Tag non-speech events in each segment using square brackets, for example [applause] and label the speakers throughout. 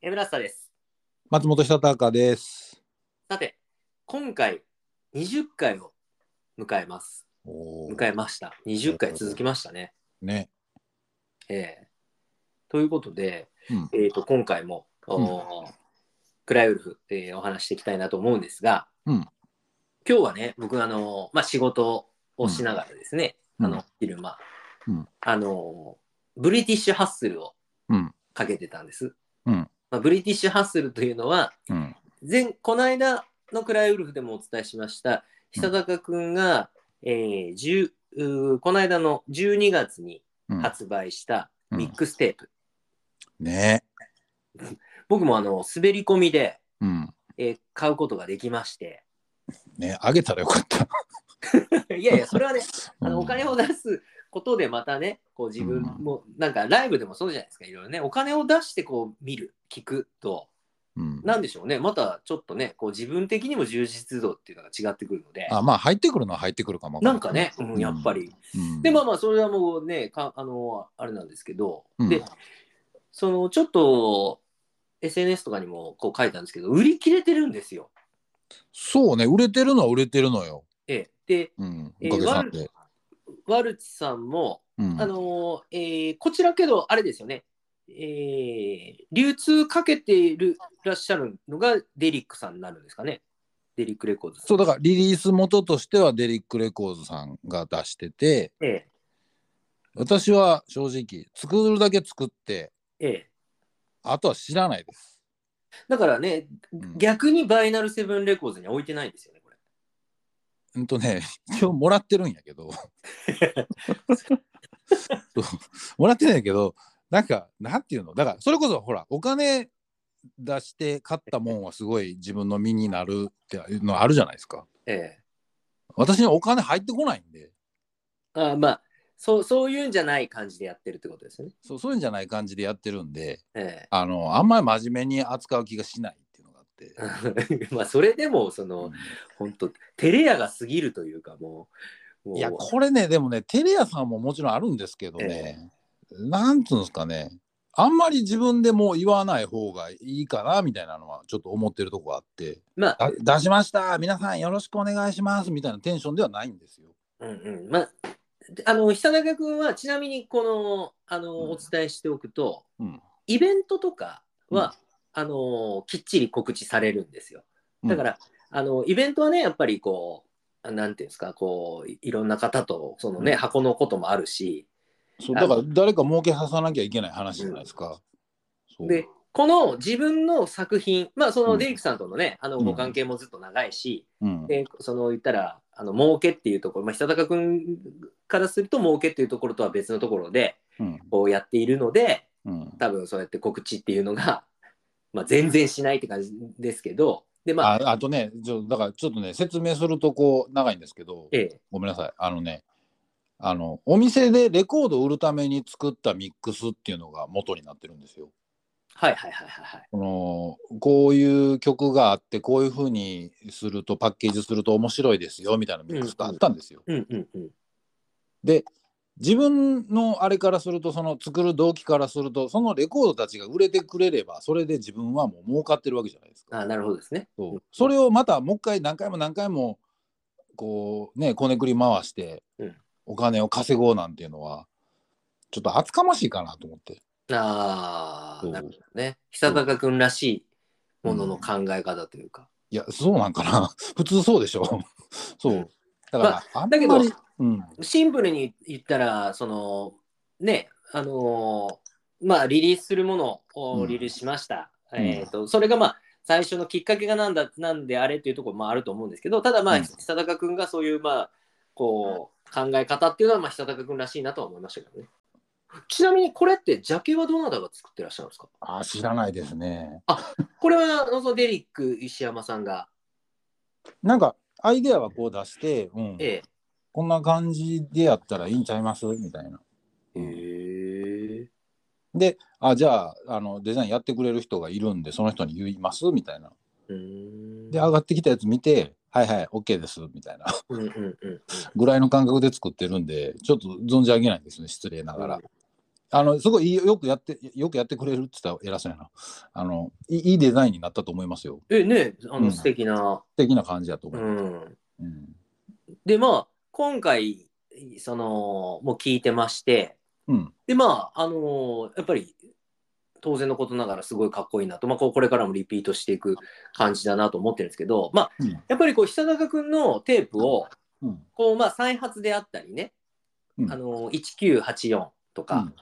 Speaker 1: エムラスターです。
Speaker 2: 松本久隆です。
Speaker 1: さて、今回20回を迎えます。
Speaker 2: おー
Speaker 1: 迎えました。20回続きましたね。
Speaker 2: ね。
Speaker 1: ええということで、
Speaker 2: うん
Speaker 1: えー、と今回も、おークライウルフ、えーお話していきたいなと思うんですが、
Speaker 2: うん
Speaker 1: 今日はね僕あの、まあ、仕事をしながらですね、
Speaker 2: うん
Speaker 1: あの昼間、
Speaker 2: うん
Speaker 1: あのブリティッシュハッスルを
Speaker 2: うん。
Speaker 1: かけてたんです、
Speaker 2: うん
Speaker 1: まあ、ブリティッシュハッスルというのは
Speaker 2: うん。
Speaker 1: 前この間のクライウルフでもお伝えしました久高くんが、えー10うーこの間の12月に
Speaker 2: うん
Speaker 1: 発売した
Speaker 2: うん
Speaker 1: ミックステープ、
Speaker 2: ね。
Speaker 1: 僕もあの滑り込みで、
Speaker 2: うん。
Speaker 1: えー買うことができまして、 [laughs]
Speaker 2: ね。あげたらよかった。
Speaker 1: いやいや、それはね、あ
Speaker 2: う
Speaker 1: の
Speaker 2: ん
Speaker 1: お金を出すことでまたね、こう自分も、なんかライブでもそうじゃないですか、いろいろね、お金を出してこう見る、聞くと、
Speaker 2: うん。
Speaker 1: なんでしょうね、またちょっとね、こう自分的にも充実度っていうのが違ってくるので、
Speaker 2: あ、まあ、入ってくるのは入ってくるかも。
Speaker 1: なんかね、うん、やっぱり。
Speaker 2: うん。
Speaker 1: で、まあまあ、それはもうね、かあの、あれなんですけど、
Speaker 2: うん
Speaker 1: で、その、ちょっと、SNS とかにもこう書いたんですけど、売り切れてるんですよ。
Speaker 2: そうね。売れてるのは売れてるのよ。
Speaker 1: ええ、で、
Speaker 2: うん。
Speaker 1: え
Speaker 2: お
Speaker 1: ー
Speaker 2: かげさんで。
Speaker 1: ワルツさんも、
Speaker 2: うん
Speaker 1: あのーえーこちらけど、あれですよね、えー流通かけているらっしゃるのがデリックさんになるんですかね、デリックレコードさん。
Speaker 2: そう、だから、リリース元としては、デリックレコーズさんが出してて。
Speaker 1: ら、え
Speaker 2: 私は正直、作るだけ作って、
Speaker 1: えええ
Speaker 2: あとは知らないです。
Speaker 1: だからね、
Speaker 2: うん
Speaker 1: 逆にバイナルセブンレコードには置いてないんですよね、これ。
Speaker 2: うんとね、一応もらってるんやけど。そうもらってないけど、なんか、なんていうのだから、それこそほら、お金出して買ったもんはすごい自分の身になるっていうのあるじゃないですか。
Speaker 1: [laughs] ええ
Speaker 2: 私にはお金入ってこないんで、
Speaker 1: あーまあそう、そういうんじゃない感じでやってるってことですよね。
Speaker 2: そうそういうんじゃない感じでやってるんで、
Speaker 1: え
Speaker 2: あの、あんまり真面目に扱う気がしないっていうのがあって。
Speaker 1: え [laughs] まあそれでもその本当照れ屋が過ぎるというかもうもう
Speaker 2: いや、これね、でもね、テレ屋さんももちろんあるんですけどね、なんつうんですかね、あんまり自分でもう言わない方がいいかなみたいなのはちょっと思ってるとこがあって、
Speaker 1: まあ
Speaker 2: だ出しました、皆さんよろしくお願いしますみたいなテンションではないんですよ。
Speaker 1: うんうんまあ、であの久永君はちなみにこのあの、
Speaker 2: うん
Speaker 1: お伝えしておくと
Speaker 2: うん、、
Speaker 1: イベントとかは、あのきっちり告知されるんですよだからら、あのイベントはねやっぱりこうなんていうんですかこういいろんな方とそのね、
Speaker 2: うん
Speaker 1: 箱のこともあるし
Speaker 2: そうだから誰か儲けささなきゃいけない話じゃないですか。そう
Speaker 1: でこの自分の作品まあそうの
Speaker 2: ん
Speaker 1: デイクさんとのね、あの
Speaker 2: うん
Speaker 1: ご関係もずっと長いし、
Speaker 2: うん
Speaker 1: でその言ったらあの儲けっていうところ、まあ、久高君からすると儲けっていうところとは別のところで
Speaker 2: うん
Speaker 1: こうやっているので
Speaker 2: うん
Speaker 1: 多分そうやって告知っていうのが、 [laughs] まあ、全然しないって感じですけどでまあ
Speaker 2: ああとねちょだからちょっとね説明するとこう長いんですけど、
Speaker 1: ええ
Speaker 2: ごめんなさい。あのね、あの、お店でレコードを売るために作ったミックスっていうのが元になってるんですよ。
Speaker 1: はいはいはいはいはい
Speaker 2: この、こういう曲があって、こういう風にすると、パッケージすると面白いですよ、みたいなミックスがあったんですよ。
Speaker 1: うんうんうん
Speaker 2: 自分のあれからすると、その作る動機からすると、そのレコードたちが売れてくれれば、それで自分はもう儲かってるわけじゃないです
Speaker 1: あ
Speaker 2: か。
Speaker 1: なるほどですね
Speaker 2: そうそれをまたもう一回何回も何回も、こうね、こねくり回して
Speaker 1: うん、
Speaker 2: お金を稼ごうなんていうのは、ちょっと厚かましいかなと思って。
Speaker 1: ああ
Speaker 2: そう
Speaker 1: なるほどね久高君らしいものの考え方というか、
Speaker 2: いや、そうなんかな。 [laughs] 普通そうでしょ。そう。だから、あん
Speaker 1: だけ
Speaker 2: ま
Speaker 1: ど
Speaker 2: り、うん、
Speaker 1: シンプルに言ったらそのねあのーまあリリースするもの
Speaker 2: う
Speaker 1: を
Speaker 2: ん
Speaker 1: リリースしました、
Speaker 2: ん
Speaker 1: えー、とそれがまあ最初のきっかけがなんだなんであれっていうところもあると思うんですけどただまあ、
Speaker 2: うん
Speaker 1: 久高君がそういうまあこう考え方っていうのはまあ久高君らしいなとは思いましたけどねちなみにこれってジャケはどなたが作ってらっしゃるんですか
Speaker 2: あ知らないですね。
Speaker 1: これはあのそのデリック石山さんが
Speaker 2: なんか、アイデアはこう出して、うん、
Speaker 1: え
Speaker 2: こんな感じでやったらいいんちゃいますみたいな。
Speaker 1: え
Speaker 2: うん
Speaker 1: へ
Speaker 2: で、あ、じゃああの、デザインやってくれる人がいるんで、その人に言いますみたいな。
Speaker 1: えうん
Speaker 2: で、上がってきたやつ見て、はいはい、OK です、みたいな [laughs]
Speaker 1: うんうんうんうん
Speaker 2: ぐらいの感覚で作ってるんで、ちょっと存じ上げないですね、失礼ながら。あのすごいいいよくやってよくやってくれるって言ったら偉そうやなあのいいいいデザインになったと思いますよ
Speaker 1: えねあ
Speaker 2: う
Speaker 1: の
Speaker 2: ん
Speaker 1: 素敵な、
Speaker 2: 素敵な感じだと
Speaker 1: う
Speaker 2: 思います、
Speaker 1: ん
Speaker 2: うん
Speaker 1: でまあ今回そのもう聞いてまして
Speaker 2: うん
Speaker 1: でまああのやっぱり当然のことながらすごいかっこいいなと、まあ、こうこれからもリピートしていく感じだなと思ってるんですけど、まあ、
Speaker 2: うん
Speaker 1: やっぱりこう久高君のテープを
Speaker 2: うん
Speaker 1: こう、まあ、再発であったりね、
Speaker 2: うん
Speaker 1: あの1984とか、
Speaker 2: うん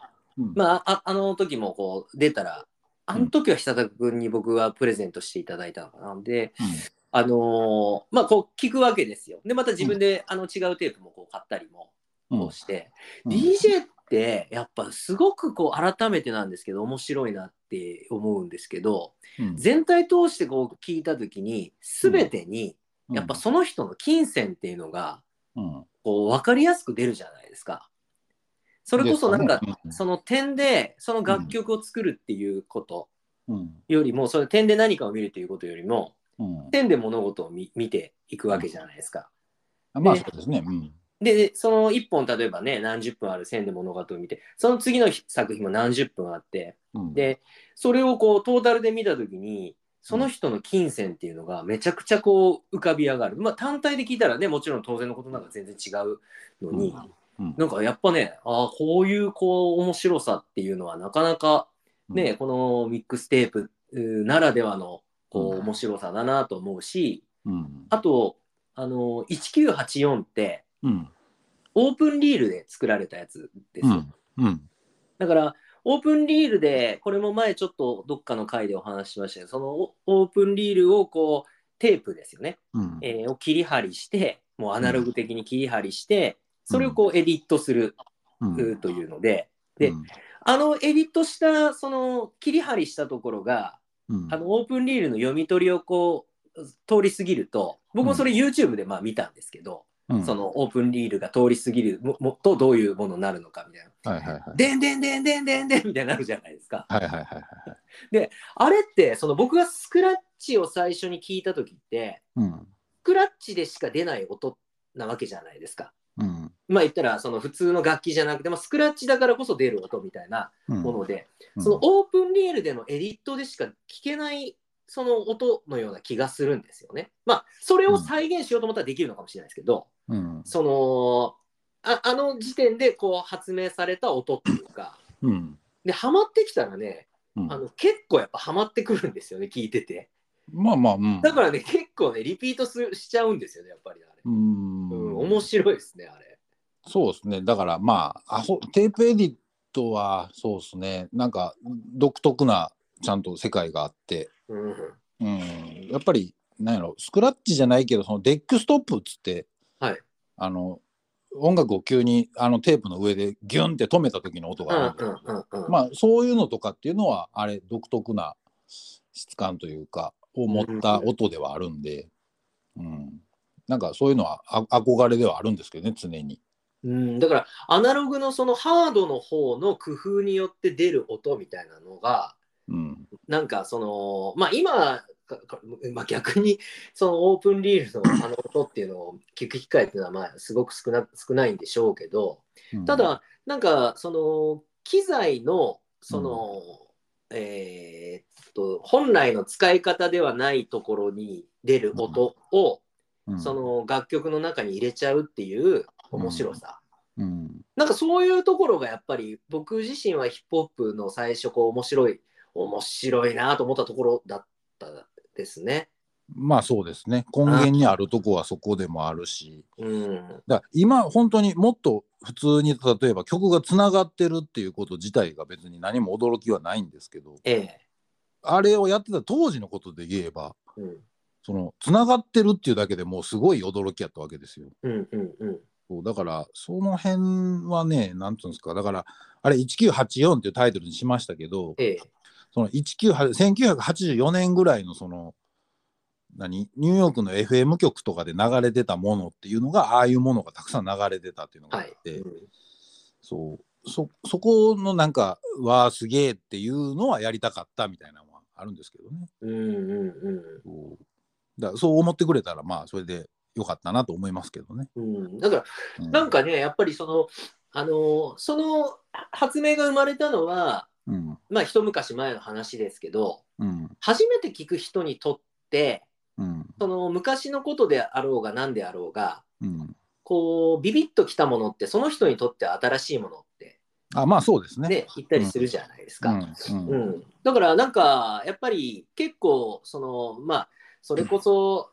Speaker 1: まあ、ああの時もこう出たらあの時は久高君に僕はプレゼントしていただいたのかなで、あのーまあこう聞くわけですよでまた自分であの違うテープもこう買ったりも
Speaker 2: うん
Speaker 1: こうして、
Speaker 2: うん
Speaker 1: DJ ってやっぱすごくこう改めてなんですけど面白いなって思うんですけど
Speaker 2: うん
Speaker 1: 全体通してこう聞いた時に全てにやっぱその人の金銭っていうのが
Speaker 2: うん
Speaker 1: こう分かりやすく出るじゃないですか。それこそなんか
Speaker 2: ですねうん
Speaker 1: その点でその楽曲を作るっていうこと
Speaker 2: うん
Speaker 1: よりもその点で何かを見るということよりも
Speaker 2: うん
Speaker 1: 点で物事を見見ていくわけじゃないですか。
Speaker 2: あまあそうですねうん
Speaker 1: でその1本例えばね何十分ある線で物語を見てその次の作品も何十分あって
Speaker 2: うん
Speaker 1: でそれをこうトータルで見た時にその人の金銭っていうのがめちゃくちゃこう浮かび上がる、まあ、単体で聞いたらねもちろん当然のことなんか全然違うのに、
Speaker 2: うん
Speaker 1: なんかやっぱねあーこういうこう面白さっていうのはなかなかね、このミックステープうんならではのこ
Speaker 2: う
Speaker 1: うん面白さだなと思うし、
Speaker 2: うん
Speaker 1: あとあの1984って
Speaker 2: うん
Speaker 1: オープンリールで作られたやつです
Speaker 2: う
Speaker 1: よ、
Speaker 2: んうん
Speaker 1: だからオープンリールでこれも前ちょっとどっかの回でお話ししましたけどそのオオープンリールをこうテープですよね、
Speaker 2: うん
Speaker 1: えーを切り張りしてもうアナログ的に切り張りして、それをこうエディットする、
Speaker 2: うん
Speaker 1: うというのでで
Speaker 2: うん
Speaker 1: あのエディットしたその切り張りしたところが
Speaker 2: うん
Speaker 1: あのオープンリールの読み取りをこう通り過ぎると僕もそれ YouTube でまあ見たんですけど、
Speaker 2: うん
Speaker 1: そのオープンリールが通り過ぎるももとどういうものになるのかみたいな。
Speaker 2: はいはいはい
Speaker 1: でんでんでんでんでんでんみたいになるじゃないですか。
Speaker 2: はいはいはいはい
Speaker 1: あれってその僕がスクラッチを最初に聞いた時って
Speaker 2: うん
Speaker 1: スクラッチでしか出ない音なわけじゃないですか。
Speaker 2: うん
Speaker 1: まあ言ったらその普通の楽器じゃなくて、まあ、スクラッチだからこそ出る音みたいな
Speaker 2: うん
Speaker 1: もので、
Speaker 2: うん
Speaker 1: そのオープンリールでのエディットでしか聞けないその音のような気がするんですよね。まあそれを再現しようと思ったらできるのかもしれないですけど、
Speaker 2: うん
Speaker 1: そのああの時点でこう発明された音っていうか
Speaker 2: うん
Speaker 1: でハマってきたらね
Speaker 2: うん
Speaker 1: あの結構やっぱハマってくるんですよね聞いてて
Speaker 2: まあまあうん
Speaker 1: だからね結構ねリピートすしちゃうんですよねやっぱりあれ、
Speaker 2: うん
Speaker 1: うん、面白いですねあれ
Speaker 2: そうですね。だからまあ、あそテープエディットはそうですね。なんか独特なちゃんと世界があって、
Speaker 1: うん
Speaker 2: うん、やっぱりなんやろスクラッチじゃないけどそのデックストップっつって、
Speaker 1: はい
Speaker 2: あの音楽を急にあのテープの上でギュンって止めた時の音
Speaker 1: うんう
Speaker 2: がある
Speaker 1: ん
Speaker 2: んで、
Speaker 1: うんうん
Speaker 2: まあそういうのとかっていうのはあれ独特な質感というかを持った音ではあるんで、うん、なんかそういうのはあ憧れではあるんですけどね常に。
Speaker 1: うん、だからアナログのそのハードの方の工夫によって出る音みたいなのが
Speaker 2: うん
Speaker 1: なんかそのまあ今かかまあ、逆にそのオープンリールのあの音っていうのを聞く機会っていうのはまあすごく少な少ないんでしょうけど
Speaker 2: うん
Speaker 1: ただなんかその機材のその、えーっと本来の使い方ではないところに出る音を、
Speaker 2: うん
Speaker 1: その楽曲の中に入れちゃうっていう面白さ、
Speaker 2: うん
Speaker 1: なんかそういうところがやっぱり僕自身はヒップホップの最初こう面白い面白いなと思ったところだったですね。
Speaker 2: まあそうですね根源にあるとこはそこでもあるし
Speaker 1: うん、
Speaker 2: だから今本当にもっと普通に例えば曲がつながってるっていうこと自体が別に何も驚きはないんですけど
Speaker 1: ええ。
Speaker 2: あれをやってた当時のことで言えば
Speaker 1: うん
Speaker 2: そのつながってるっていうだけでもうすごい驚きやったわけですよ。
Speaker 1: うんうんうん
Speaker 2: そうだからその辺はねなんていうんですかだからあれ1984っていうタイトルにしましたけど、
Speaker 1: ええ
Speaker 2: その19 1984年ぐらいのその何ニューヨークの FM 局とかで流れてたものっていうのがああいうものがたくさん流れてたっていうのがあ
Speaker 1: は
Speaker 2: っ
Speaker 1: い。
Speaker 2: て、
Speaker 1: うん
Speaker 2: そうそそこのなんかわあすげえっていうのはやりたかったみたいなのはあるんですけどね
Speaker 1: うんうん
Speaker 2: そうだからそう思ってくれたらまあそれでよかったなと思いますけどね。
Speaker 1: うんうんだから
Speaker 2: う
Speaker 1: なんかねやっぱりそのあのーその発明が生まれたのは、
Speaker 2: うん
Speaker 1: まあ、一昔前の話ですけど、
Speaker 2: うん
Speaker 1: 初めて聞く人にとって、
Speaker 2: うん
Speaker 1: その昔のことであろうが何であろうが、
Speaker 2: うん
Speaker 1: こう、ビビッときたものって、その人にとっては新しいものって、
Speaker 2: あまあそうですね。
Speaker 1: ね、言ったりするじゃないです
Speaker 2: う
Speaker 1: か。
Speaker 2: んうん
Speaker 1: う
Speaker 2: うん
Speaker 1: ん、だからなんかやっぱり結構そのまあそれこそ、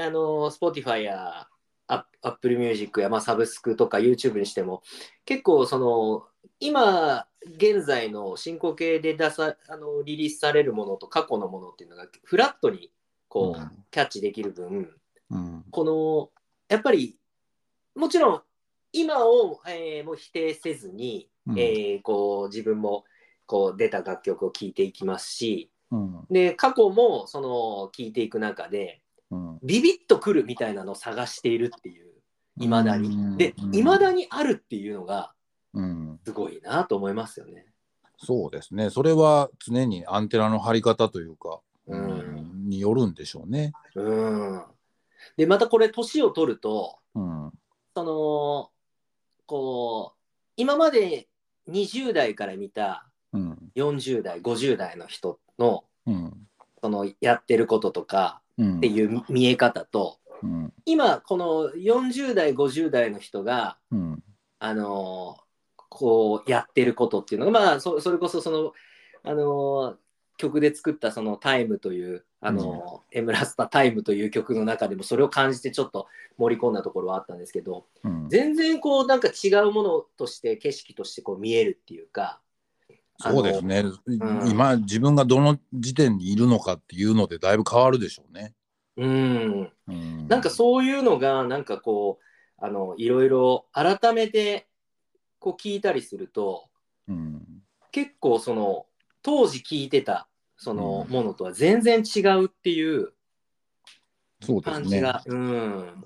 Speaker 1: あの Spotify やアップルミュージックや、まあ、サブスクとか YouTube にしても結構その今現在の進行形で出さあのリリースされるものと過去のものっていうのがフラットにこう、
Speaker 2: うん
Speaker 1: キャッチできる分
Speaker 2: うん
Speaker 1: このやっぱりもちろん今を、えーもう否定せずに、
Speaker 2: うん
Speaker 1: えーこう自分もこう出た楽曲を聴いていきますし
Speaker 2: うん
Speaker 1: で過去もその聴いていく中で
Speaker 2: うん
Speaker 1: ビビッとくるみたいなのを探しているっていういまだにでいまだにあるっていうのが
Speaker 2: うん
Speaker 1: すごいなと思いますよね。
Speaker 2: そうですね。それは常にアンテナの張り方というか、
Speaker 1: うん
Speaker 2: うんによるんでしょうね。
Speaker 1: うんでまたこれ年を取ると
Speaker 2: うん。
Speaker 1: そのこう今まで20代から見た
Speaker 2: うん。
Speaker 1: 40代50代の人の
Speaker 2: うん。
Speaker 1: そのやってることとか
Speaker 2: うん
Speaker 1: っていう見え方と
Speaker 2: うん。
Speaker 1: 今この40代50代の人が
Speaker 2: うん。
Speaker 1: あのーこうやってることっていうのがまあそそれこそそのあのー曲で作ったその「タイムという「あのーエムラスタタイムという曲の中でもそれを感じてちょっと盛り込んだところはあったんですけど
Speaker 2: うん
Speaker 1: 全然こうなんか違うものとして景色としてこう見えるっていうか
Speaker 2: そうですね、
Speaker 1: ん
Speaker 2: 今自分がどの時点にいるのかっていうのでだいぶ変わるでしょうね。
Speaker 1: うん
Speaker 2: う
Speaker 1: なんかそういうのがなんかこうあのいろいろ改めてこう聞いたりすると
Speaker 2: うん、
Speaker 1: 結構その当時聞いてたその
Speaker 2: うん
Speaker 1: ものとは全然違うっていう
Speaker 2: そうです
Speaker 1: 感じ
Speaker 2: ね。
Speaker 1: が、うん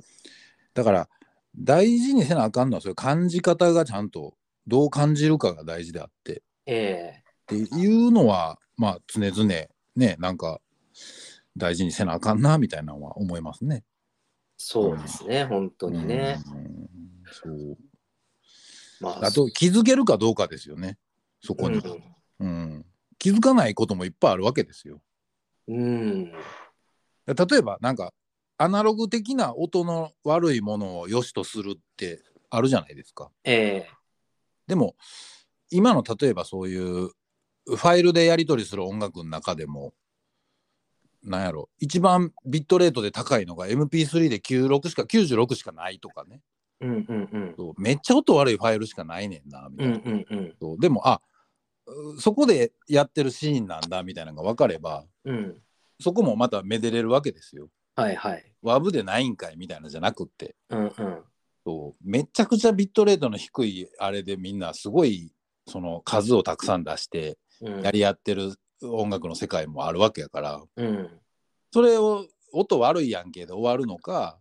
Speaker 2: だから大事にせなあかんのはそういう感じ方がちゃんとどう感じるかが大事であって
Speaker 1: え
Speaker 2: っていうのはまあ常々ねなんか大事にせなあかんなみたいなのは思いますね。
Speaker 1: そうですね、本当にね、
Speaker 2: うんそう
Speaker 1: ま
Speaker 2: あと気づけるかどうかですよねそこに、うん気づかないこともいっぱいあるわけですよ。
Speaker 1: うん、うん
Speaker 2: 例えばなんかアナログ的な音の悪いものを良しとするってあるじゃないですか。
Speaker 1: ええ
Speaker 2: でも今の例えばそういうファイルでやり取りする音楽の中でもなんやろ一番ビットレートで高いのが MP3 で96しか96しかないとかね
Speaker 1: うんうんうん
Speaker 2: そうめっちゃ音悪いファイルしかないねんなみた
Speaker 1: う
Speaker 2: い
Speaker 1: ん
Speaker 2: な、
Speaker 1: うんうん
Speaker 2: そうでもあうそこでやってるシーンなんだみたいなのが分かれば
Speaker 1: うん
Speaker 2: そこもまためでれるわけですよ。
Speaker 1: はいはい
Speaker 2: ワブでないんかいみたいなのじゃなくって
Speaker 1: うんうん
Speaker 2: そうめちゃくちゃビットレートの低いあれでみんなすごいその数をたくさん出して
Speaker 1: うん
Speaker 2: やり合ってる音楽の世界もあるわけやから
Speaker 1: うん
Speaker 2: それを音悪いやんけで終わるのか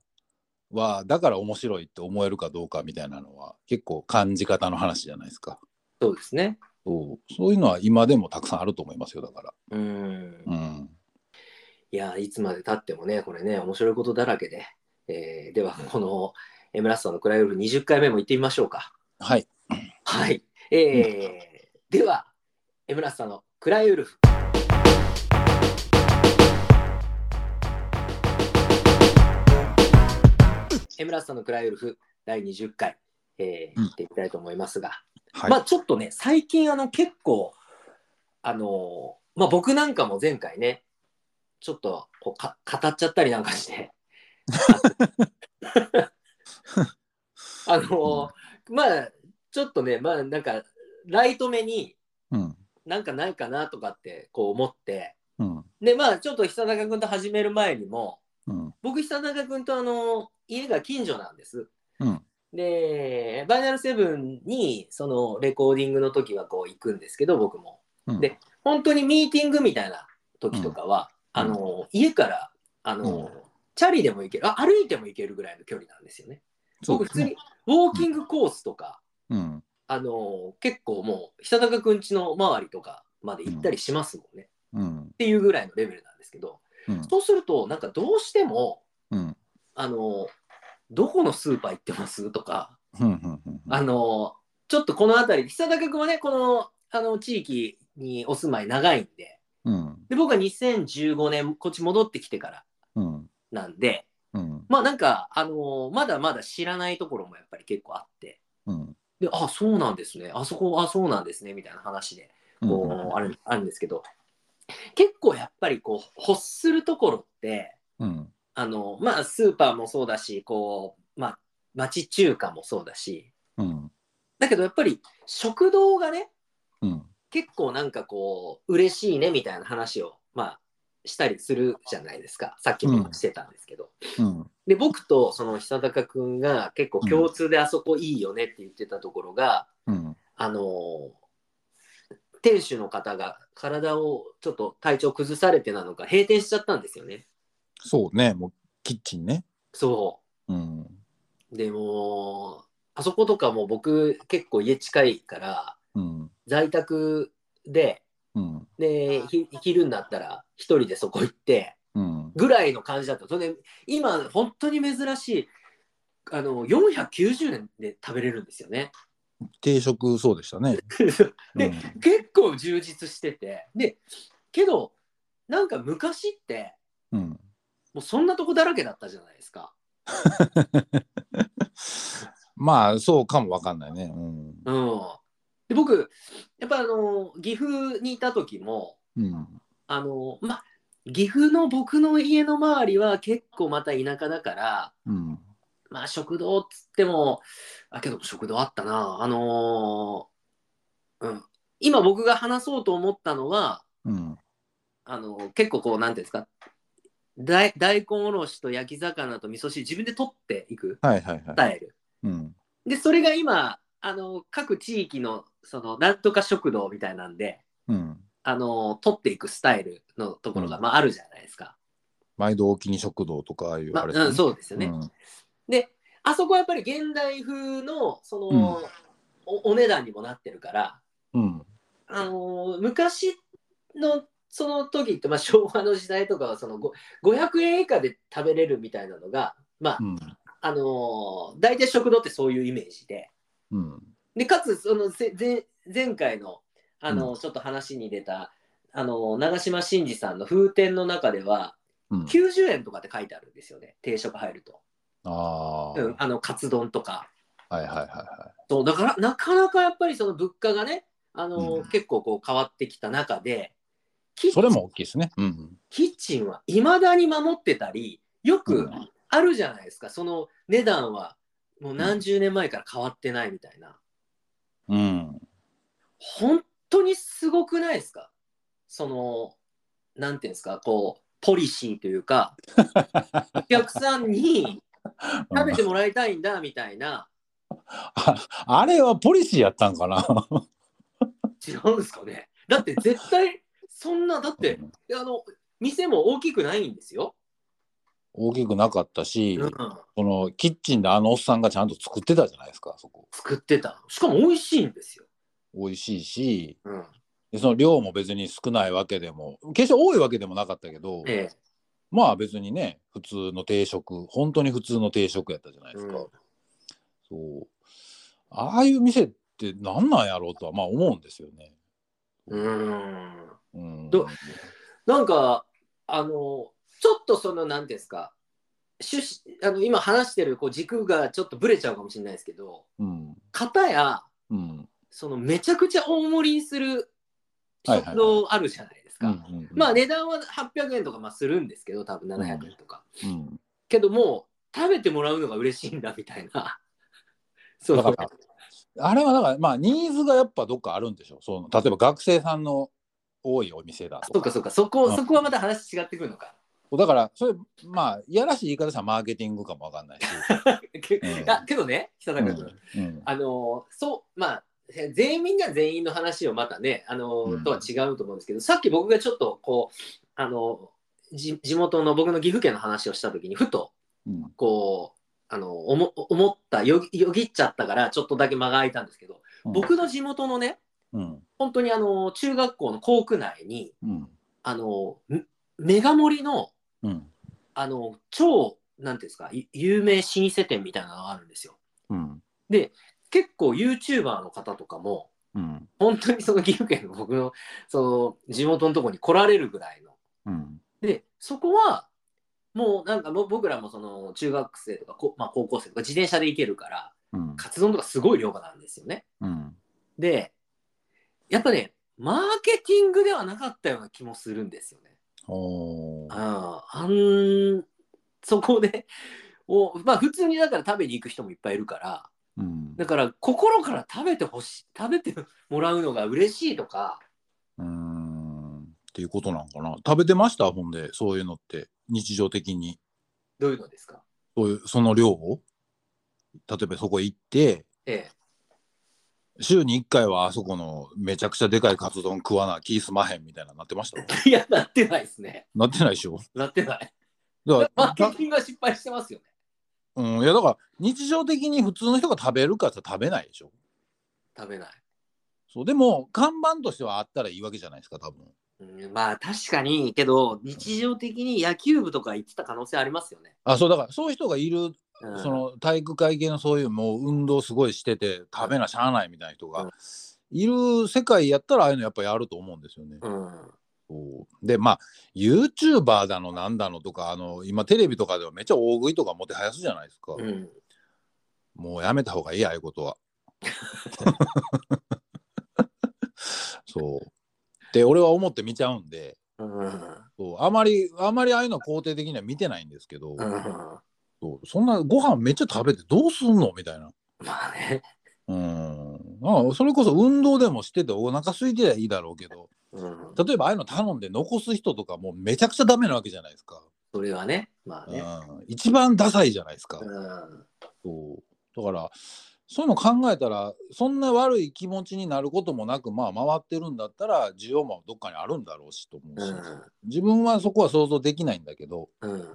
Speaker 2: はだから面白いって思えるかどうかみたいなのは結構感じ方の話じゃないですか
Speaker 1: そうですね
Speaker 2: そうそういうのは今でもたくさんあると思いますよだから
Speaker 1: うん
Speaker 2: うん
Speaker 1: いやー、いつまで経ってもね、これね、面白いことだらけで。えーでは、この、えー、村瀬さんのクライオル20回目も行ってみましょうか。
Speaker 2: はい
Speaker 1: はい。えーでは、えー村瀬さんのクライウルフ。えー村瀬さんのクライウルフ第20回、えー
Speaker 2: うん
Speaker 1: 行っていきたいと思いますが、
Speaker 2: はい、
Speaker 1: まあちょっとね最近あの結構あのーまあ僕なんかも前回ねちょっとこうか語っちゃったりなんかしてあのーまあちょっとねまあなんかライト目に
Speaker 2: うん
Speaker 1: なんかないかなとかってこう思って
Speaker 2: うん
Speaker 1: でまあちょっと久中君と始める前にも
Speaker 2: うん
Speaker 1: 僕久中君とあの家が近所なんです。
Speaker 2: うん
Speaker 1: で、バイナルセブンに、その、レコーディングの時はこう行くんですけど、僕も。
Speaker 2: うん
Speaker 1: で本当にミーティングみたいな時とかは、
Speaker 2: うん
Speaker 1: あの、家から、あの、
Speaker 2: うん
Speaker 1: チャリでも行けるあ、歩いても行けるぐらいの距離なんですよね。
Speaker 2: そう
Speaker 1: 僕、普
Speaker 2: です
Speaker 1: 通
Speaker 2: ね
Speaker 1: に、ウォーキングコースとか、
Speaker 2: うん
Speaker 1: あの、結構もう、久高くんちの周りとかまで行ったりしますもんね。っ
Speaker 2: うん
Speaker 1: ていうぐらいのレベルなんですけど、
Speaker 2: うん
Speaker 1: そうすると、なんかどうしても、
Speaker 2: うん
Speaker 1: あの、どこのスーパー行ってますとか、
Speaker 2: うんうんうん
Speaker 1: あのちょっとこの辺り久高君はねこのあの地域にお住まい長いんで
Speaker 2: うん
Speaker 1: で僕は2015年こっち戻ってきてから
Speaker 2: うん
Speaker 1: なんで
Speaker 2: うん
Speaker 1: まあなんか、あのまだまだ知らないところもやっぱり結構あって
Speaker 2: うん
Speaker 1: であそうなんですねあそこあそうなんですねみたいな話でこうあるあるんですけど結構やっぱりこう欲するところって
Speaker 2: うん
Speaker 1: あのまあスーパーもそうだしこうまあ町中華もそうだし
Speaker 2: うん
Speaker 1: だけどやっぱり食堂がね
Speaker 2: うん
Speaker 1: 結構なんかこう嬉しいねみたいな話をまあしたりするじゃないですかさっきもしてたんですけど、
Speaker 2: うん
Speaker 1: で僕とその久高くんが結構共通であそこいいよねって言ってたところが、
Speaker 2: うん
Speaker 1: あのー店主の方が体をちょっと体調崩されてなのか閉店しちゃったんですよね
Speaker 2: そうねもうキッチンね
Speaker 1: そ
Speaker 2: うん
Speaker 1: うでもうあそことかも僕結構家近いから
Speaker 2: うん
Speaker 1: 在宅で
Speaker 2: うん
Speaker 1: でひ昼になったら一人でそこ行って
Speaker 2: うん
Speaker 1: ぐらいの感じだった。それで今本当に珍しいあの490円で食べれるんですよね。
Speaker 2: 定食そうでし
Speaker 1: [laughs]
Speaker 2: たね
Speaker 1: で、結構充実しててでけどなんか昔って
Speaker 2: うんうん
Speaker 1: もうそんなとこだらけだったじゃないですか。
Speaker 2: まあそうかもわかんないねうん
Speaker 1: うん、で僕やっぱあの岐阜にいた時も
Speaker 2: うん
Speaker 1: あのま岐阜の僕の家の周りは結構また田舎だから
Speaker 2: うん
Speaker 1: まあ食堂っつっても、あ、けど食堂あったな。あのーうん。今僕が話そうと思ったのは、
Speaker 2: うん
Speaker 1: あのー結構こう、なんていうんですか、大大根おろしと焼き魚と味噌汁、自分で取っていく
Speaker 2: はいはい
Speaker 1: ス
Speaker 2: は
Speaker 1: タ
Speaker 2: い
Speaker 1: イル。
Speaker 2: うん
Speaker 1: で、それが今、あのー各地域の、その、なんとか食堂みたいなんで、
Speaker 2: うん
Speaker 1: あのー取っていくスタイルのところが、
Speaker 2: う
Speaker 1: まあ、あるじゃないですか。
Speaker 2: 毎度おきに食堂とかああいう
Speaker 1: まあ、
Speaker 2: あれですね
Speaker 1: うん、そうですよね。
Speaker 2: うん
Speaker 1: で、あそこはやっぱり現代風の、その、おお値段にもなってるから、
Speaker 2: うん
Speaker 1: あのー昔のその時って、まあ、昭和の時代とかはそのご500円以下で食べれるみたいなのが、まあ
Speaker 2: うん
Speaker 1: あのー大体食堂ってそういうイメージで
Speaker 2: うん
Speaker 1: でかつそのぜぜ前回の、あのーちょっと話に出た、あのー長嶋慎二さんの風天の中では
Speaker 2: うん
Speaker 1: 90円とかって書いてあるんですよね定食入ると、
Speaker 2: ああ、
Speaker 1: うん、あのカツ丼とか
Speaker 2: はいはいはいは
Speaker 1: そうだからなかなかやっぱりその物価がね、あのー
Speaker 2: うん
Speaker 1: 結構こう変わってきた中で
Speaker 2: い。それも大きいですね。うん。
Speaker 1: キッチンはいまだに守ってたりよ
Speaker 2: う
Speaker 1: く
Speaker 2: ん
Speaker 1: あるじゃないですか、その値段はもう何十年前から変わってないみたいな、
Speaker 2: うん。
Speaker 1: 本当にすごくないですかそのなんていうんですかこうポリシーというかお客さん
Speaker 2: [laughs]
Speaker 1: に食べてもらいたいんだみたいな
Speaker 2: ああれはポリシーやったんかな。
Speaker 1: 違うんですかねだって絶対そんなだって
Speaker 2: うん
Speaker 1: あの店も大きくないんですよ。
Speaker 2: 大きくなかったし、
Speaker 1: うん
Speaker 2: そのキッチンであのおっさんがちゃんと作ってたじゃないですか。そこ
Speaker 1: 作ってたしかも美味しいんですよ。
Speaker 2: 美味しいし、
Speaker 1: うん
Speaker 2: でその量も別に少ないわけでも、決して多いわけでもなかったけど、
Speaker 1: ええ
Speaker 2: まあ別にね、普通の定食、本当に普通の定食やったじゃないですか。
Speaker 1: うん
Speaker 2: そう。ああいう店ってなんなんやろうとはまあ思うんですよね。
Speaker 1: うーん
Speaker 2: うん。
Speaker 1: どなんかあのちょっとそのなんていうんですか趣旨あの今話してるこう軸がちょっとぶれちゃうかもしれないですけど
Speaker 2: うん。
Speaker 1: 片や
Speaker 2: うん。
Speaker 1: そのめちゃくちゃ大盛りにする
Speaker 2: はいはいはい
Speaker 1: 食堂あるじゃないですか、
Speaker 2: うんうんうん
Speaker 1: まあ値段は800円とかまあするんですけど多分700円とか、
Speaker 2: うん
Speaker 1: けどもう食べてもらうのが嬉しいんだみたいなそう
Speaker 2: だからあれはだからまあニーズがやっぱどっかあるんでしょその例えば学生さんの多いお店だ
Speaker 1: あそ
Speaker 2: と
Speaker 1: うか
Speaker 2: か
Speaker 1: そうかそこ
Speaker 2: うん
Speaker 1: そこはまた話違ってくるの
Speaker 2: [laughs]
Speaker 1: か
Speaker 2: だからそれまあいやらしい言い方したらマーケティングかもわかん
Speaker 1: [laughs]
Speaker 2: ないし、
Speaker 1: け
Speaker 2: うん
Speaker 1: あけどね久
Speaker 2: う
Speaker 1: 永
Speaker 2: ん
Speaker 1: 君、
Speaker 2: うん
Speaker 1: あのそうまあ全員が全員の話をまたねあの、
Speaker 2: うん
Speaker 1: とは違うと思うんですけどさっき僕がちょっとこうあのじ地元の僕の岐阜県の話をした時にふと
Speaker 2: うん
Speaker 1: こうあの思思ったよぎよぎっちゃったからちょっとだけ間が空いたんですけど、
Speaker 2: うん
Speaker 1: 僕の地元のね
Speaker 2: うん
Speaker 1: 本当にあの中学校の校区内に
Speaker 2: うん
Speaker 1: あのめメガ盛りの
Speaker 2: うん
Speaker 1: あの超なんていうんですかゆ有名老舗店みたいなのがあるんですよ。
Speaker 2: うん
Speaker 1: 結構 YouTuber の方とかも、
Speaker 2: うん
Speaker 1: 本当にその岐阜県の僕の、その地元のとこに来られるぐらいの。
Speaker 2: うん
Speaker 1: で、そこは、もうなんかもう僕らもその中学生とかこ、まあ、高校生とか自転車で行けるから、
Speaker 2: うん
Speaker 1: カツ丼とかすごい量がなんですよね。
Speaker 2: うん
Speaker 1: で、やっぱね、マーケティングではなかったような気もするんですよね。
Speaker 2: おー
Speaker 1: ああんそこでお、まあ、普通にだから食べに行く人もいっぱいいるから
Speaker 2: うん
Speaker 1: だから心から食べてほしい食べてもらうのが嬉しいとか
Speaker 2: うーんっていうことなんかな食べてましたほんでそういうのって日常的に
Speaker 1: どういうのですか
Speaker 2: そういうその量を例えばそこ行って
Speaker 1: ええ
Speaker 2: 週に1回はあそこのめちゃくちゃでかいカツ丼食わな気すまへんみたいななってました
Speaker 1: [laughs] いやなってないですね
Speaker 2: なってないでしょ
Speaker 1: なってない
Speaker 2: だか
Speaker 1: マ
Speaker 2: ら
Speaker 1: ーケティングは失敗してますよね
Speaker 2: うん、いやだから日常的に普通の人が食べるかって食べないでしょ
Speaker 1: 食べない、
Speaker 2: そうでも看板としてはあったらいいわけじゃないですか多分
Speaker 1: うん、まあ確かにけど日常的に野球部とか行ってた可能性ありますよね、
Speaker 2: あそうだからそういう人がいる、
Speaker 1: うん、
Speaker 2: その体育会系のそういうもう運動すごいしてて食べなしゃあないみたいな人
Speaker 1: うん
Speaker 2: がいる世界やったらああいうのやっぱやると思うんですよね。
Speaker 1: うん
Speaker 2: そうでまあ YouTuber だのなんだのとかあの今テレビとかではめっちゃ大食いとかもてはやすじゃないですか、
Speaker 1: うん、
Speaker 2: もうやめた方がいいああいうこ
Speaker 1: [laughs]
Speaker 2: とは。そうで俺は思って見ちゃうんで。
Speaker 1: うん
Speaker 2: そうあまりあまりああいうのは肯定的には見てないんですけ
Speaker 1: う
Speaker 2: ど、
Speaker 1: ん、
Speaker 2: そうそんなご飯めっちゃ食べてどうすんのみたいな。
Speaker 1: まあね、
Speaker 2: うんあそれこそ運動でもしててお腹空いてりゃいいだろうけど
Speaker 1: うん、
Speaker 2: 例えばああいうの頼んで残す人とかもうめちゃくちゃダメなわけじゃないですか、
Speaker 1: それはねまあね、
Speaker 2: うん、一番ダサいじゃないですか、
Speaker 1: うん
Speaker 2: そうだからそういうの考えたらそんな悪い気持ちになることもなくまあ回ってるんだったら需要もどっかにあるんだろうしと思うし、自分はそこは想像できないんだけど、
Speaker 1: うんうん、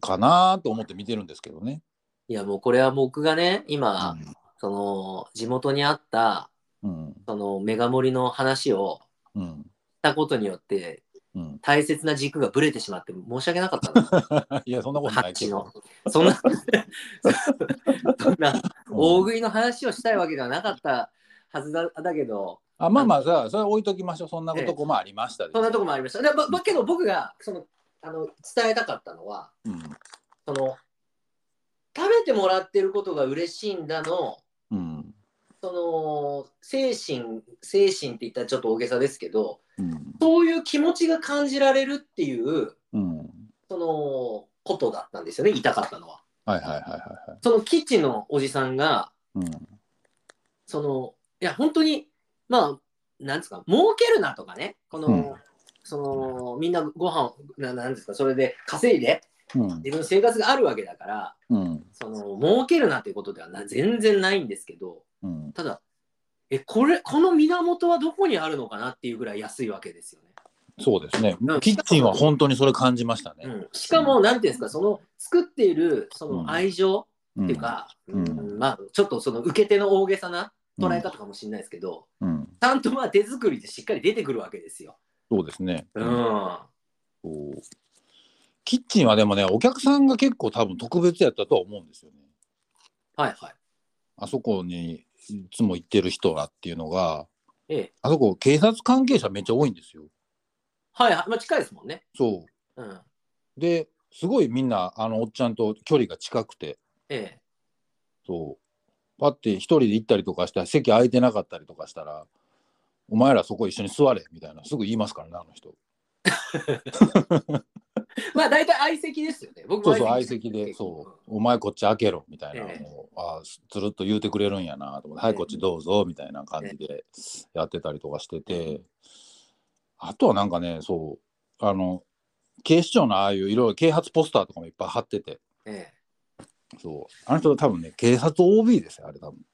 Speaker 2: かなーと思って見てるんですけどね。
Speaker 1: いやもうこれは僕がね今、その地元にあった
Speaker 2: うん
Speaker 1: そのメガ盛りの話を
Speaker 2: うん
Speaker 1: したことによって
Speaker 2: うん、
Speaker 1: 大切な軸がぶれてしまって申し訳なかったんです
Speaker 2: [laughs] いやそんなこと
Speaker 1: ハ
Speaker 2: な
Speaker 1: ッ
Speaker 2: いけ
Speaker 1: チの
Speaker 2: ど。
Speaker 1: そんなそんな
Speaker 2: うん
Speaker 1: 大食いの話をしたいわけではなかったはずだだけど
Speaker 2: あまあまあさそれは置いときましょうそんなことこもありましたで
Speaker 1: そんなとこもありましたでばばけど僕がそのあの伝えたかったのは
Speaker 2: うん
Speaker 1: その食べてもらってることが嬉しいんだの
Speaker 2: うん
Speaker 1: その精神精神って言ったらちょっと大げさですけど
Speaker 2: うん
Speaker 1: そういう気持ちが感じられるっていう
Speaker 2: うん
Speaker 1: そのことだったんですよね言いたかったのは。
Speaker 2: はいはいはいはいはい。
Speaker 1: そのキッチンのおじさんが
Speaker 2: うん
Speaker 1: そのいや本当にまあなんですか儲けるなとかねこの、
Speaker 2: うん
Speaker 1: そのみんなご飯をななんですかそれで稼いで
Speaker 2: うん
Speaker 1: 自分の生活があるわけだから
Speaker 2: うん
Speaker 1: その儲けるなということではな全然ないんですけど
Speaker 2: うん
Speaker 1: ただえこれこの源はどこにあるのかなっていうぐらい安いわけですよね。
Speaker 2: そうですね
Speaker 1: うん
Speaker 2: キッチンは本当にそれ感じましたね。
Speaker 1: うん、しかも、なんていうんですか、その作っているそうの
Speaker 2: ん
Speaker 1: 愛情
Speaker 2: うん
Speaker 1: っていうか、
Speaker 2: うん
Speaker 1: うんまあ、ちょっとその受け手の大げさな捉え方かもしれないですけど、
Speaker 2: うん
Speaker 1: ちゃんとまあ手作りでしっかり出てくるわけですよ。
Speaker 2: そうですね。
Speaker 1: うん、
Speaker 2: こうキッチンはでもねお客さんが結構多分特別やったとは思うんですよね。
Speaker 1: はいはい。
Speaker 2: あそこにいつも行ってる人らっていうのが
Speaker 1: ええ、
Speaker 2: あそこ警察関係者めっちゃ多いんですよ。
Speaker 1: はいはい、まあ、近いですもんね。
Speaker 2: そ
Speaker 1: うん、
Speaker 2: うですごいみんなあのおっちゃんと距離が近くて
Speaker 1: ええ、
Speaker 2: そうパッて一人で行ったりとかしたら席空いてなかったりとかしたら「お前らそこ一緒に座れ」みたいなすぐ言いますからねあの人。
Speaker 1: まあ大体相席ですよね。僕
Speaker 2: そ
Speaker 1: も
Speaker 2: うそう相席で「
Speaker 1: 結構
Speaker 2: そうお前こっち開けろ」みたいな、
Speaker 1: ええ
Speaker 2: もうああつるっと言うてくれるんやなと思って「はいこっちどうぞ」みたいな感じでやってたりとかしてて、あとはなんかねそうあの警視庁のああいういろいろ啓発ポスターとかもいっぱい貼ってて。
Speaker 1: うんええ、
Speaker 2: そう。あの人多分ね、警察 OB ですよ、あれ多分。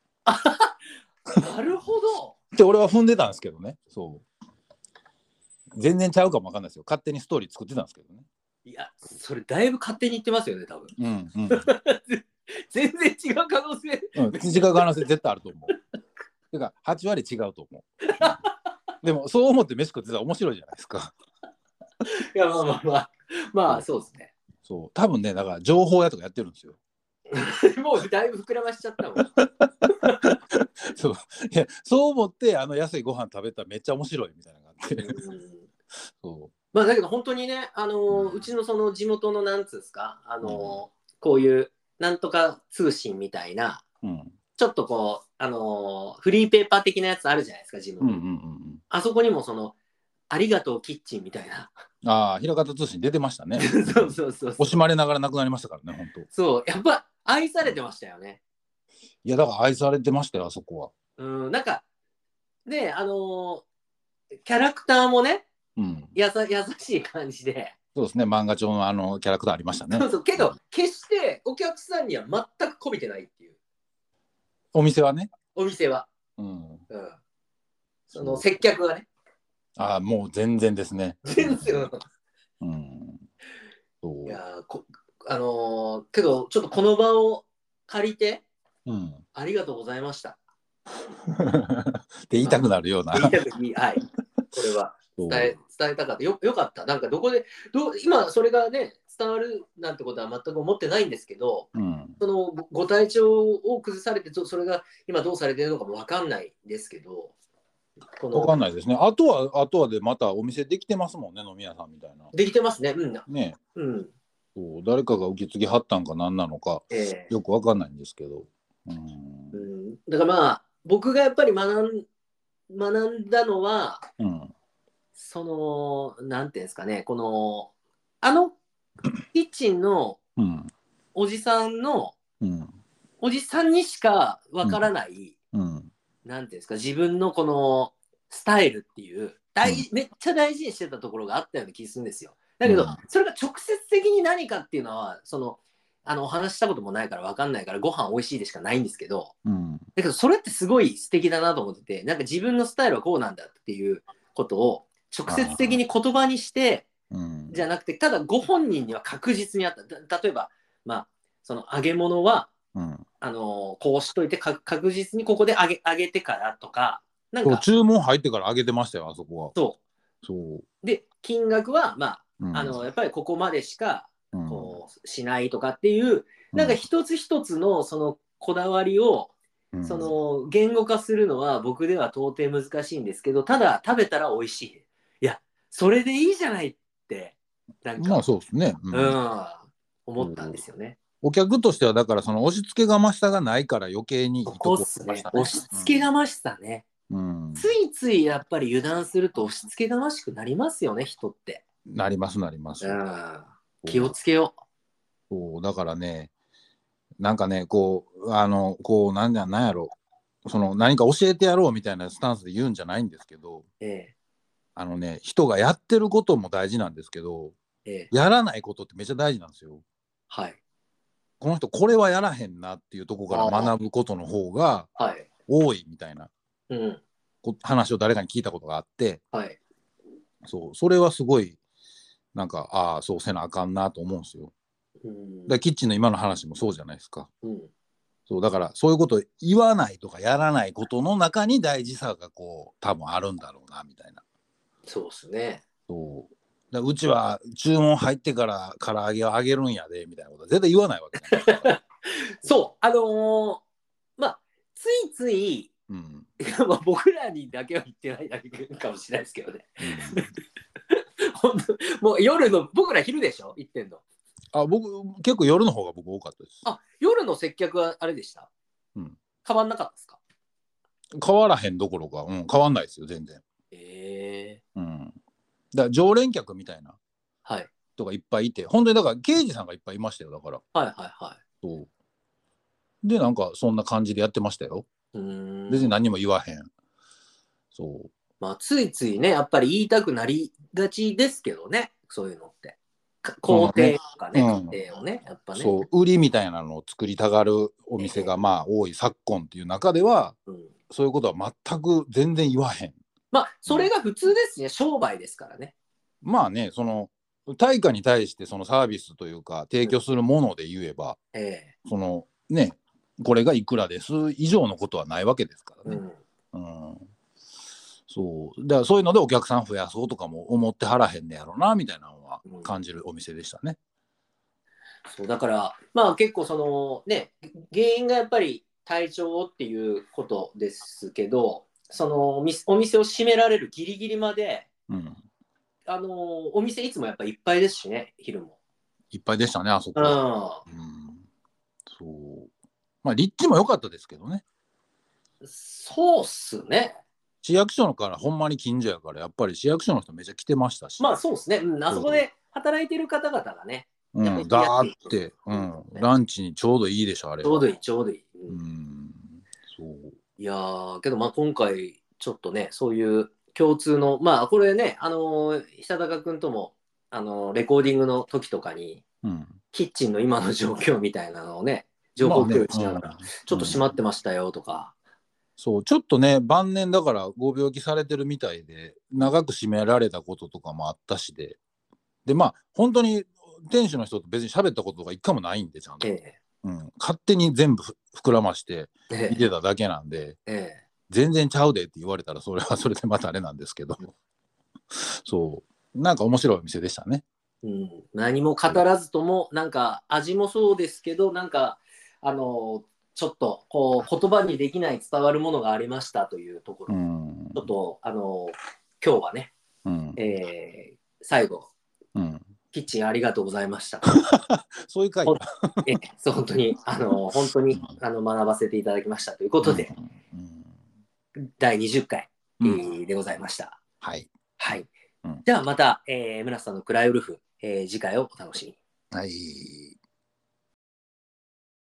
Speaker 1: なるほど。
Speaker 2: って俺は踏んでたんですけどね。そう。全然ちゃうかもわかんないですよ。勝手にストーリー作ってたんですけどね。
Speaker 1: いや、それだいぶ勝手に言ってますよね、多分。
Speaker 2: うんうん。
Speaker 1: 全然違う可能性。
Speaker 2: うん、違う可能性絶対あると思う。てか、8割違うと思う。でも、そう思って飯食ってたら面白いじゃないですか。
Speaker 1: いや、まあまあまあ、まあそうですね。
Speaker 2: そう。多分ね、だから情報屋とかやってるんですよ。
Speaker 1: [laughs] もうだいぶ膨らましちゃったもん。
Speaker 2: そういやそう思ってあの安いご飯食べたらめっちゃ面白いみたいなのがあって
Speaker 1: うん
Speaker 2: そ
Speaker 1: まあだけど本当にね、あのー
Speaker 2: うん
Speaker 1: うちのその地元のなんつうんですか、あのーこういうなんとか通信みたいな、
Speaker 2: う、うん、
Speaker 1: ちょっとこう、あのーフリーペーパー的なやつあるじゃないですか、自
Speaker 2: うん
Speaker 1: 分、
Speaker 2: うんうん
Speaker 1: あそこにもその、ありがとうキッチンみたいな。
Speaker 2: うんああ平方通信出てました [laughs] ね
Speaker 1: そう [laughs] そうそうそう
Speaker 2: 惜しまれながらなくなりましたからね本当い
Speaker 1: そう、やっぱ愛されてましたよね。
Speaker 2: やだから愛されてましたよあそこは
Speaker 1: うん、なんか、ね、あのーキャラクターもね、
Speaker 2: うん
Speaker 1: やさ優しい感じで。
Speaker 2: そうですね漫画帳のあのキャラクターありましたね
Speaker 1: そうそう、けど、決してお客さんには全くこびてないっていう、
Speaker 2: お店はね、
Speaker 1: お店は。
Speaker 2: うん、
Speaker 1: うん。その接客はね。
Speaker 2: ああもう全然ですね
Speaker 1: 全然。
Speaker 2: うんそう
Speaker 1: いやーこ、あのーけど、ちょっとこの場を借りて、
Speaker 2: うん [laughs] っ
Speaker 1: ありがとうございました。
Speaker 2: て言いたくなるような
Speaker 1: 言いた
Speaker 2: [laughs]
Speaker 1: くいい、はい。これは
Speaker 2: そう
Speaker 1: 伝え伝えたかったよ。よかった。なんかどこで、どう今それがね、伝わるなんてことは全く思ってないんですけど、
Speaker 2: うん
Speaker 1: そのごご体調を崩されて、ちょそれが今どうされてるのかも分かんないですけど、こ
Speaker 2: わかんないですねあとはあとはでまたお店できてますもんね飲み屋さんみたいな
Speaker 1: できてますね。うん。
Speaker 2: ね
Speaker 1: うん。
Speaker 2: そう誰かが受け継ぎはったんか何なのか
Speaker 1: ええ
Speaker 2: よくわかんないんですけど。うん
Speaker 1: う。ん、だからまあ、僕がやっぱり学ん学んだのは、
Speaker 2: うん。
Speaker 1: その、なんていうんですかね、この、あの、キッチンの
Speaker 2: うん。
Speaker 1: おじさんの、
Speaker 2: うん。
Speaker 1: おじさんにしかわからない、
Speaker 2: うん。
Speaker 1: なんていうんですか、自分のこのスタイルっていう、大事めっちゃ大事にしてたところがあったような気がするんですよ。だけど、
Speaker 2: うん
Speaker 1: それが直接的に何かっていうのは、その、あの、お話ししたこともないからわかんないから、ご飯美味しいでしかないんですけど、
Speaker 2: うん。
Speaker 1: だけどそれってすごい素敵だなと思っててなんか自分のスタイルはこうなんだっていうことを直接的に言葉にして
Speaker 2: うん。
Speaker 1: じゃなくてただご本人には確実にあっただ例えばまあその揚げ物は
Speaker 2: うん。
Speaker 1: あのーこうしといてか確実にここで揚げ揚げてからとかなん
Speaker 2: そう
Speaker 1: か
Speaker 2: 注文入ってから上げてましたよ、あそこは。
Speaker 1: そ
Speaker 2: そう
Speaker 1: で金額はまあ
Speaker 2: う。うん、
Speaker 1: あのやっぱりここまでしか
Speaker 2: うん、
Speaker 1: こうしないとかっていうなんか一つ一つのそのこだわりを
Speaker 2: うん、
Speaker 1: その言語化するのは僕では到底難しいんですけどただ食べたら美味しいいやそれでいいじゃないってなん
Speaker 2: ま
Speaker 1: か、
Speaker 2: あそうですね、うん
Speaker 1: うん、思ったんですよね。
Speaker 2: お客としてはだからその押し付けがましさがないから余計にいい
Speaker 1: ことこっ
Speaker 2: こ
Speaker 1: す
Speaker 2: ま
Speaker 1: ね
Speaker 2: した
Speaker 1: 押し付けがましさね、
Speaker 2: うん、うん
Speaker 1: ついついやっぱり油断すると押し付けがましくなりますよね人って、
Speaker 2: なりますなります、
Speaker 1: うん、気をつけよ
Speaker 2: そうだからねなんかねこうあのこうなんだなんやろその何か教えてやろうみたいなスタンスで言うんじゃないんですけど
Speaker 1: うえ
Speaker 2: あのね人がやってることも大事なんですけど
Speaker 1: えええ
Speaker 2: やらないことってめっちゃ大事なんですよ。
Speaker 1: はい
Speaker 2: この人これはやらへんなっていうとこから学ぶことの方が
Speaker 1: はい
Speaker 2: 多いみたいな
Speaker 1: うん
Speaker 2: こ話を誰かに聞いたことがあって
Speaker 1: はい
Speaker 2: そうそれはすごいなんかああそうせなあかんなと思うんですよ。
Speaker 1: うん
Speaker 2: だからキッチンの今の話もそうじゃないですか。
Speaker 1: うん
Speaker 2: そうだからそういうことを言わないとかやらないことの中に大事さがこう多分あるんだろうなみたいな。
Speaker 1: そうっすね
Speaker 2: そうだからうちは注文入ってから唐揚げをあげるんやでみたいなことは絶対言わないわけないですから。
Speaker 1: そうあのーまあついつい
Speaker 2: うん
Speaker 1: [laughs] まあ僕らにだけは言ってないだけかもしれないですけどね。 [laughs] 本当もう夜の僕ら昼でしょ行ってんの。
Speaker 2: あ僕結構夜の方が僕多かったです。
Speaker 1: あ夜の接客はあれでした
Speaker 2: うん。
Speaker 1: 変わんなかったですか
Speaker 2: 変わらへんどころか、うん、変わんないですよ全然。
Speaker 1: ええ
Speaker 2: うん、だから常連客みたいな
Speaker 1: はい。
Speaker 2: 人がいっぱいいて本当にだから刑事さんがいっぱいいましたよだから。
Speaker 1: はいはいはい。
Speaker 2: そうでなんかそんな感じでやってましたよ。
Speaker 1: うーん
Speaker 2: 別に何も言わへん。そう
Speaker 1: まあ、ついついねやっぱり言いたくなりがちですけどねそういうのって。か工程とかね、
Speaker 2: う
Speaker 1: 工
Speaker 2: ん
Speaker 1: 程をねやっぱね。
Speaker 2: そう売りみたいなのを作りたがるお店がまあ多い昨今っていう中では
Speaker 1: うん
Speaker 2: そういうことは全く全然言わへん
Speaker 1: まあそれが普通ですね商売ですからね。
Speaker 2: まあねその対価に対してそのサービスというか提供するもので言えば、
Speaker 1: え
Speaker 2: そのねこれがいくらです以上のことはないわけですか
Speaker 1: え
Speaker 2: らね、
Speaker 1: うん
Speaker 2: うんそうだからそういうのでお客さん増やそうとかも思ってはらへんねやろなみたいなのは感じるお店でしたね、
Speaker 1: そうだからまあ結構そのね原因がやっぱり体調っていうことですけどそのお店お店を閉められるギリギリまで
Speaker 2: うん。
Speaker 1: あのーお店いつもやっぱいっぱいですしね昼も。
Speaker 2: いっぱいでしたね、あそこ
Speaker 1: う
Speaker 2: は。
Speaker 1: ん
Speaker 2: うん。そう。まあ、立地も良かったですけどね。
Speaker 1: そうっすね。
Speaker 2: 市役所のからほんまに近所やから、やっぱり市役所の人めちゃ来てましたし。
Speaker 1: まあそうっすね。うん、あそこで働いてる方々がね、
Speaker 2: うん、だーって、うん、ランチにちょうどいいでしょ、あれ
Speaker 1: ち
Speaker 2: は。
Speaker 1: ょうどいい、ちょうどいい。うん
Speaker 2: うん。そう。
Speaker 1: いやー、けどまあ今回、ちょっとね、そういう共通の、まあこれね、あのー久高君とも、あのーレコーディングの時とかに、
Speaker 2: うん。
Speaker 1: キッチンの今の状況みたいなのを
Speaker 2: [laughs]
Speaker 1: ね、情報共有しながら、
Speaker 2: まあね
Speaker 1: ちょっと閉まってましたよとか、
Speaker 2: そうちょっとね晩年だからご病気されてるみたいで長く閉められたこととかもあったしででまあ本当に店主の人と別に喋ったこととか一回もないんでちゃんと、
Speaker 1: え
Speaker 2: うん、勝手に全部ふ膨らまして
Speaker 1: えええ
Speaker 2: 見てただけなんで
Speaker 1: ええ
Speaker 2: 全然ちゃうでって言われたらそれはそれ [laughs] でまたあれなんですけどそうなんか面白いお店でしたね
Speaker 1: うん、何も語らずとも、なんか味もそうですけど、なんか、あのちょっとこう言葉にできない伝わるものがありましたというとこ
Speaker 2: う
Speaker 1: ろ、
Speaker 2: ん
Speaker 1: ちょっと、あの今日はね、
Speaker 2: うん
Speaker 1: えー最後、
Speaker 2: うん
Speaker 1: キッチンありがとうございました。
Speaker 2: [laughs] そういう回
Speaker 1: ほんえそう本当に、あの本当にあの学ばせていただきましたということ
Speaker 2: [laughs]
Speaker 1: で、第20回、え
Speaker 2: うんうん
Speaker 1: ーでございました。
Speaker 2: はい
Speaker 1: はい。
Speaker 2: うん
Speaker 1: ではまた、えー、村瀬さんのクライウルフ、えー次回をお楽しみに。
Speaker 2: はい